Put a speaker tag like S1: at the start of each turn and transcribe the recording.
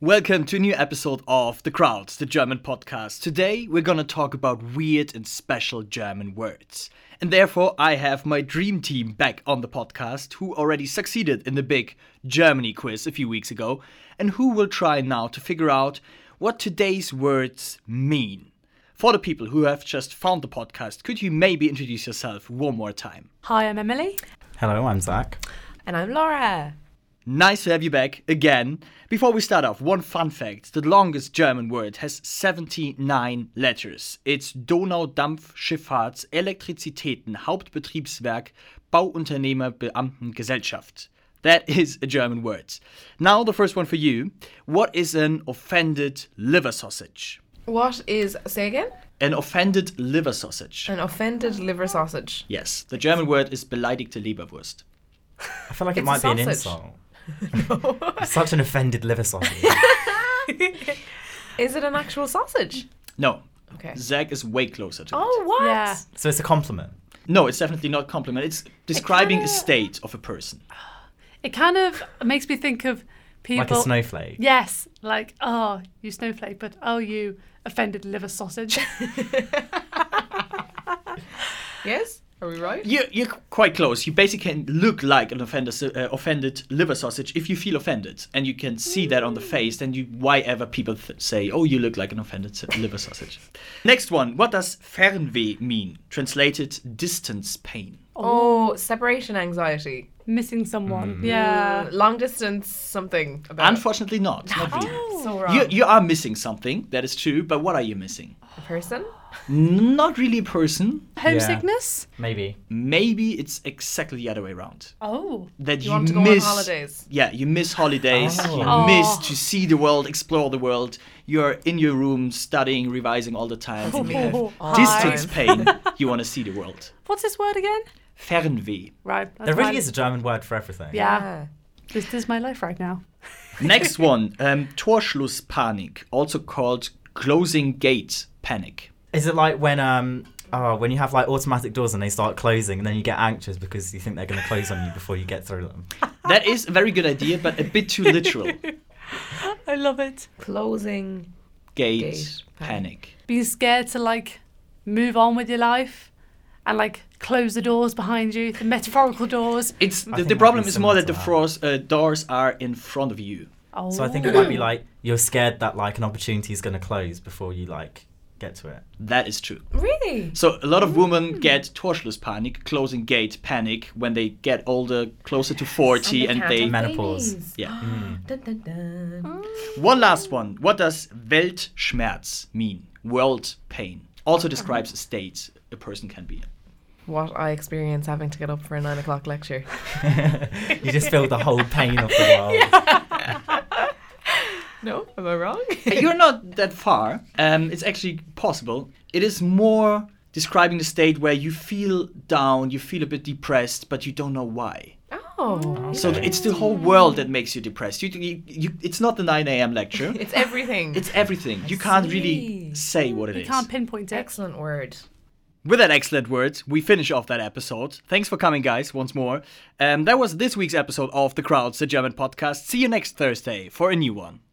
S1: Welcome to a new episode of The Crowds, the German podcast. Today we're gonna talk about weird and special German words. And therefore, I have my dream team back on the podcast who already succeeded in the big Germany quiz a few weeks ago and who will try now to figure out what today's words mean. For the people who have just found the podcast, could you maybe introduce yourself one more time?
S2: Hi, I'm Emily.
S3: Hello, I'm Zach.
S2: And I'm Laura.
S1: Nice to have you back again. Before we start off, one fun fact the longest German word has 79 letters. It's Donaudampfschifffahrts Elektrizitäten Hauptbetriebswerk Bauunternehmer Beamten Gesellschaft. That is a German word. Now, the first one for you. What is an offended liver sausage?
S4: What is, say again?
S1: An offended liver sausage.
S4: An offended liver sausage.
S1: Yes, the German word is beleidigte Leberwurst.
S3: I feel like it
S4: It's a
S3: might be an insult.
S4: sausage.
S3: Such an offended liver sausage.
S4: Is it an actual sausage?
S1: No,
S4: Okay.
S1: Zach is way closer to it.
S4: Oh, what?
S2: Yeah.
S3: so it's a compliment.
S1: No, it's definitely not compliment. It's describing a
S2: kinda-
S1: state of a person.
S2: It kind of makes me think of people.
S3: Like a snowflake.
S2: Yes, like, oh, you snowflake, but oh, you offended liver sausage.
S4: Yes? Are we right?
S1: You, you're qu- quite close. You basically can look like an offender, uh, offended liver sausage if you feel offended, and you can see that on the face. Then you, why ever people th- say, "Oh, you look like an offended s- liver sausage." Next one. What does Fernweh mean? Translated, distance pain.
S4: Oh, Uh, separation anxiety.
S2: Missing someone.
S3: Mm-hmm.
S2: Yeah.
S4: Long distance something about it.
S1: Unfortunately, not. Not really.
S4: So wrong.
S1: You, you are missing something. That is true. But what are you missing?
S4: A person?
S1: N- Not really a person.
S2: Homesickness.
S3: Maybe.
S1: Maybe it's exactly the other way around.
S2: Oh.
S1: That you,
S4: You want to go
S1: miss
S4: on holidays.
S1: Yeah, you miss holidays. You
S3: Oh.
S1: miss
S2: Oh.
S1: to see the world, explore the world. You're in your room studying, revising all the time.
S3: Oh.
S1: and you have
S2: Hi.
S1: distance pain. You want to see the world.
S2: What's this word again?
S1: Fernweh.
S2: Right. that's
S3: There really
S2: mine.
S3: is a German word for everything.
S2: Yeah. This is my life right now.
S1: Next one, um, Torschlusspanik, also called closing gate panic.
S3: Is it like when um oh when you have like automatic doors and they start closing and then you get anxious because you think they're gonna close on you before you get through them?
S1: That is a very good idea, but a bit too literal. Gate,
S2: I love it.
S4: Closing. Gate
S1: panic.
S4: panic.
S2: Being scared to like move on with your life and like close the doors behind you, the metaphorical doors.
S1: It's
S3: I
S1: the,
S3: think
S1: the
S3: that'd
S1: problem
S3: be
S1: is more
S3: similar
S1: that
S3: to
S1: the
S3: that.
S1: frost, uh, doors are in front of you.
S2: Oh.
S3: So I think it might be like you're scared that like an opportunity is gonna close before you like get to it.
S1: That is true.
S4: Really?
S1: So a lot of women get Torschlusspanik, closing gate panic, when they get older, closer to 40, and they...
S3: Men- menopause.
S1: Yeah. Mm.
S4: Dun, dun, dun.
S1: One last one. What does Weltschmerz mean? World pain. Also describes a state a person can be in.
S4: What I experience having to get up for a nine o'clock lecture.
S3: you just feel the whole pain of the world.
S4: No, am I wrong?
S1: You're not that far. Um, it's actually possible. It is more describing the state where you feel down, you feel a bit depressed, but you don't know why.
S4: oh.
S1: So it's the whole world that makes you depressed. You, you, you, it's not the 9 a.m. lecture.
S4: It's everything.
S1: It's everything. You can't really
S4: see.
S1: say what it
S2: you
S1: is.
S2: can't pinpoint it.
S4: excellent word.
S1: With that excellent word, we finish off that episode. Thanks for coming, guys, once more. Um, that was this week's episode of The Crowds, the German podcast. See you next Thursday for a new one.